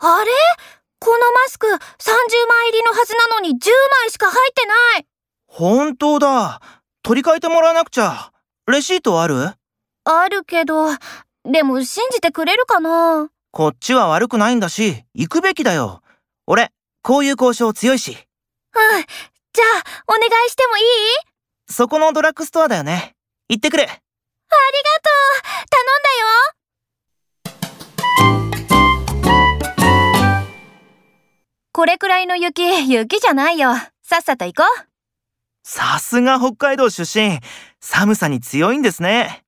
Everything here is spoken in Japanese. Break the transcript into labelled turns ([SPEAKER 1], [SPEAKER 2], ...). [SPEAKER 1] あれこのマスク30枚入りのはずなのに10枚しか入ってない
[SPEAKER 2] 本当だ。取り替えてもらわなくちゃ。レシートある
[SPEAKER 1] あるけど、でも信じてくれるかな
[SPEAKER 2] こっちは悪くないんだし、行くべきだよ。俺、こういう交渉強いし。
[SPEAKER 1] うん。じゃあ、お願いしてもいい
[SPEAKER 2] そこのドラッグストアだよね。行ってくる。
[SPEAKER 1] ありがとう頼んだよこれくらいの雪、雪じゃないよ。さっさと行こう。
[SPEAKER 2] さすが北海道出身。寒さに強いんですね。